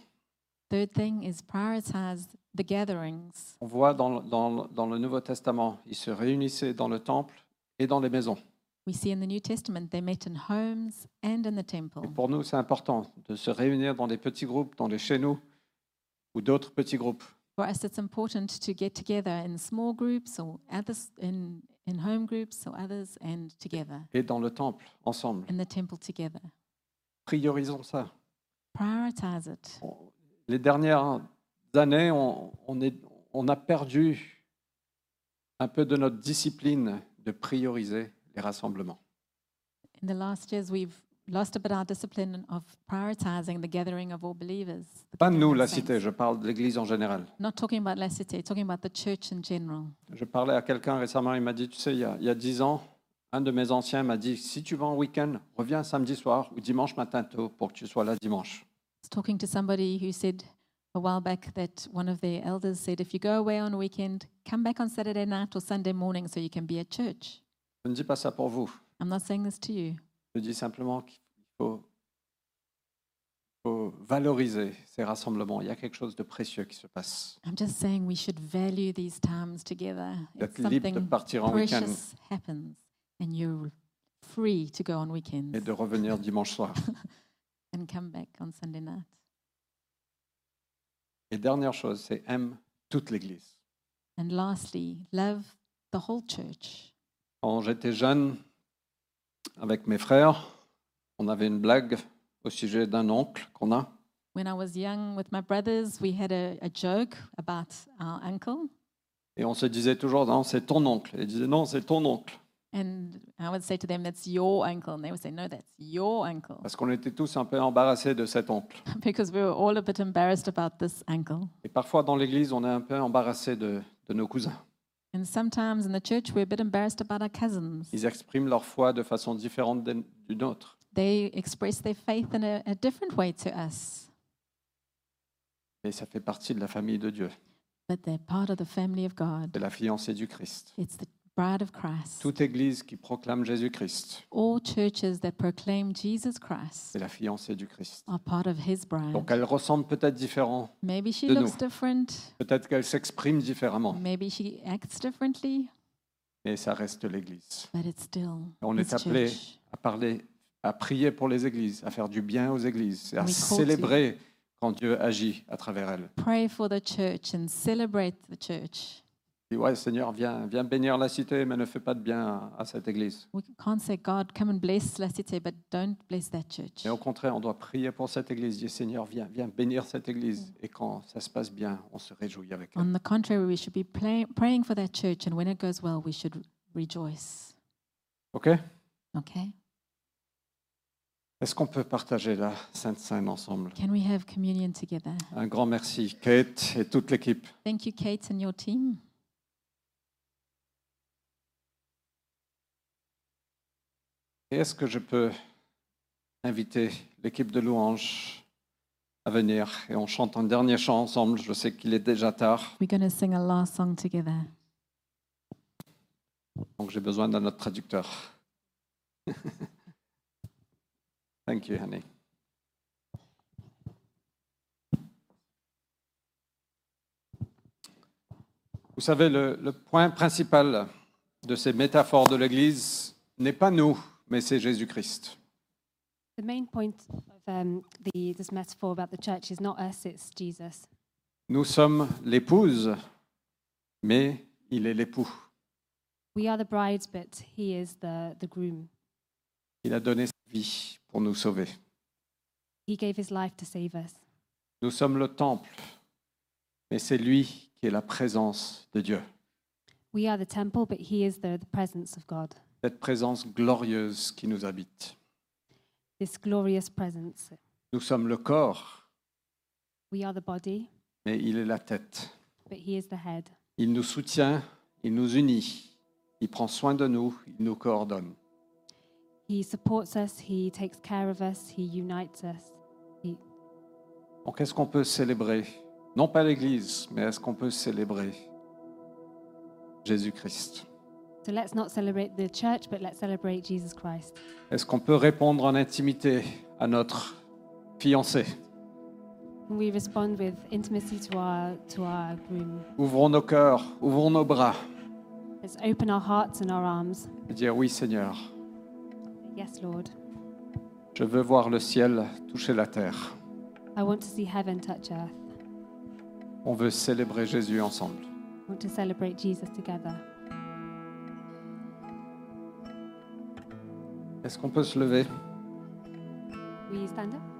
S2: Third thing is prioritize the gatherings.
S1: On voit dans, le- dans le- dans le Nouveau Testament, ils se réunissaient dans le temple et dans les maisons.
S2: We see in the New Testament they met in homes and in the
S1: Et
S2: temple.
S1: pour nous, c'est important de se réunir dans des petits groupes, dans les chez nous ou d'autres petits groupes.
S2: For us, it's important to get together in small groups or others in, in home groups or others and together
S1: Et dans le temple, ensemble.
S2: in the temple together.
S1: Priorisons ça.
S2: Prioritize it.
S1: On- les dernières années, on, on est- on a perdu un peu de notre discipline de prioriser les rassemblements.
S2: In the last years, we've lost a bit our discipline of prioritizing the gathering of all believers. the
S1: Pas
S2: gathering
S1: nous,
S2: of
S1: la
S2: saints.
S1: cité, je parle de l'Église en général.
S2: Not talking about La Cité, talking about the church in general.
S1: Je parlais à quelqu'un récemment, il m'a dit, tu sais, il y a- il y a dix ans, un de mes anciens m'a dit, si tu vas en week-end, reviens samedi soir ou dimanche matin tôt pour que tu sois là dimanche.
S2: was talking to somebody who said a while back that one of their elders said, if you go away on a weekend, come back on Saturday night or Sunday morning so you can be at church.
S1: Je ne dis pas ça pour vous,
S2: I'm not saying this to you.
S1: je dis simplement qu'il faut, il faut valoriser ces rassemblements. Il y a quelque chose de précieux qui se passe.
S2: I'm just saying we should value these times together. It's
S1: D'être libre de
S2: something
S1: partir en week-end
S2: precious happens, and you're free to go on weekends
S1: et de revenir dimanche soir.
S2: and come back on Sunday night.
S1: Et dernière chose, c'est aime toute l'Église.
S2: And lastly, love the whole church.
S1: Quand j'étais jeune, avec mes frères, On avait une blague au sujet d'un oncle qu'on a.
S2: When I was young with my brothers, we had a, a joke about our uncle,
S1: Et on se disait toujours, non, c'est ton oncle. Et il disait, non, c'est ton oncle.
S2: and I would say to them, That's your uncle. And they would say, No, that's your uncle,
S1: Parce qu'on était tous un peu embarrassés de cet oncle.
S2: because we were all a bit embarrassed about this uncle.
S1: Et parfois, dans l'Église, on est un peu embarrassés de, de nos cousins.
S2: And sometimes in the church, we're a bit embarrassed about our cousins.
S1: Ils expriment leur foi de façon différente d'une d'une autre.
S2: They express their faith in a, a different way to us,
S1: Mais ça fait partie de la famille de Dieu.
S2: but they're part of the family of God.
S1: C'est la fiancée du Christ.
S2: It's the bride of Christ.
S1: Toute Église qui proclame Jésus-Christ,
S2: All churches that proclaim Jesus Christ
S1: c'est la fiancée du Christ.
S2: are part of his bride.
S1: Donc elle ressemble peut-être différent,
S2: Maybe she
S1: de
S2: looks
S1: nous.
S2: different.
S1: peut-être qu'elle s'exprime différemment,
S2: Maybe she acts differently,
S1: mais ça reste l'Église.
S2: but it's still
S1: On
S2: his
S1: est appelé
S2: church.
S1: à parler, à prier pour les églises, à faire du bien aux églises, et à
S2: Oui, cool,
S1: célébrer quand Dieu agit à travers elles.
S2: Pray for the church and celebrate the church.
S1: Dis, ouais, Seigneur, viens, viens bénir la cité, mais ne fais pas de bien à, à cette église.
S2: We can't say, God, come and bless La Cité, but don't bless that church.
S1: Mais au contraire, on doit prier pour cette église. Dis, Seigneur, viens, viens bénir cette église. Et quand ça se passe bien, on se réjouit avec elle.
S2: On the contrary, we should be play, praying for that church, and when it goes well, we should rejoice.
S1: OK
S2: Okay?
S1: Est-ce qu'on peut partager la Sainte Seine ensemble
S2: Can we have communion together?
S1: Un grand merci, Kate et toute l'équipe.
S2: Thank you, Kate, and your team.
S1: Et est-ce que je peux inviter l'équipe de louanges à venir et on chante un dernier chant ensemble. Je sais qu'il est déjà tard,
S2: We're going to sing a last song together.
S1: donc j'ai besoin d'un autre traducteur. Thank you, honey. Vous savez, le, le point principal de ces métaphores de l'Église n'est pas nous, mais c'est Jésus-Christ.
S3: The main point of um, the, this metaphor about the church is not us, it's Jesus.
S1: Nous sommes l'épouse, mais il est l'époux.
S3: We are the brides, but he is the, the groom.
S1: Il a donné sa vie pour nous sauver.
S3: He gave his life to save us.
S1: Nous sommes le temple, mais c'est lui qui est la présence de Dieu.
S3: We are the temple, but he is the, the presence of God.
S1: Cette présence glorieuse qui nous habite.
S3: This glorious presence.
S1: Nous sommes le corps,
S3: We are the body,
S1: mais il est la tête.
S3: but he is the head.
S1: Il nous soutient, il nous unit, il prend soin de nous, il nous coordonne.
S3: He supports us, he takes care of us, he unites us. He,
S1: Donc est-ce qu'on peut célébrer, non pas l'Église, mais est-ce qu'on peut célébrer Jésus-Christ
S3: so let's not celebrate the church, but let's celebrate Jesus Christ.
S1: Est-ce qu'on peut répondre en intimité à notre fiancé
S3: And we respond with intimacy to our, to our groom.
S1: Ouvrons nos cœurs, ouvrons nos bras
S3: Let's open our hearts and our arms.
S1: et dire oui Seigneur,
S3: Yes, Lord.
S1: je veux voir le ciel toucher la terre.
S3: I want to see heaven touch earth.
S1: On veut célébrer Jésus ensemble.
S3: I want to celebrate Jesus together.
S1: Est-ce qu'on peut se lever
S3: Will you stand up?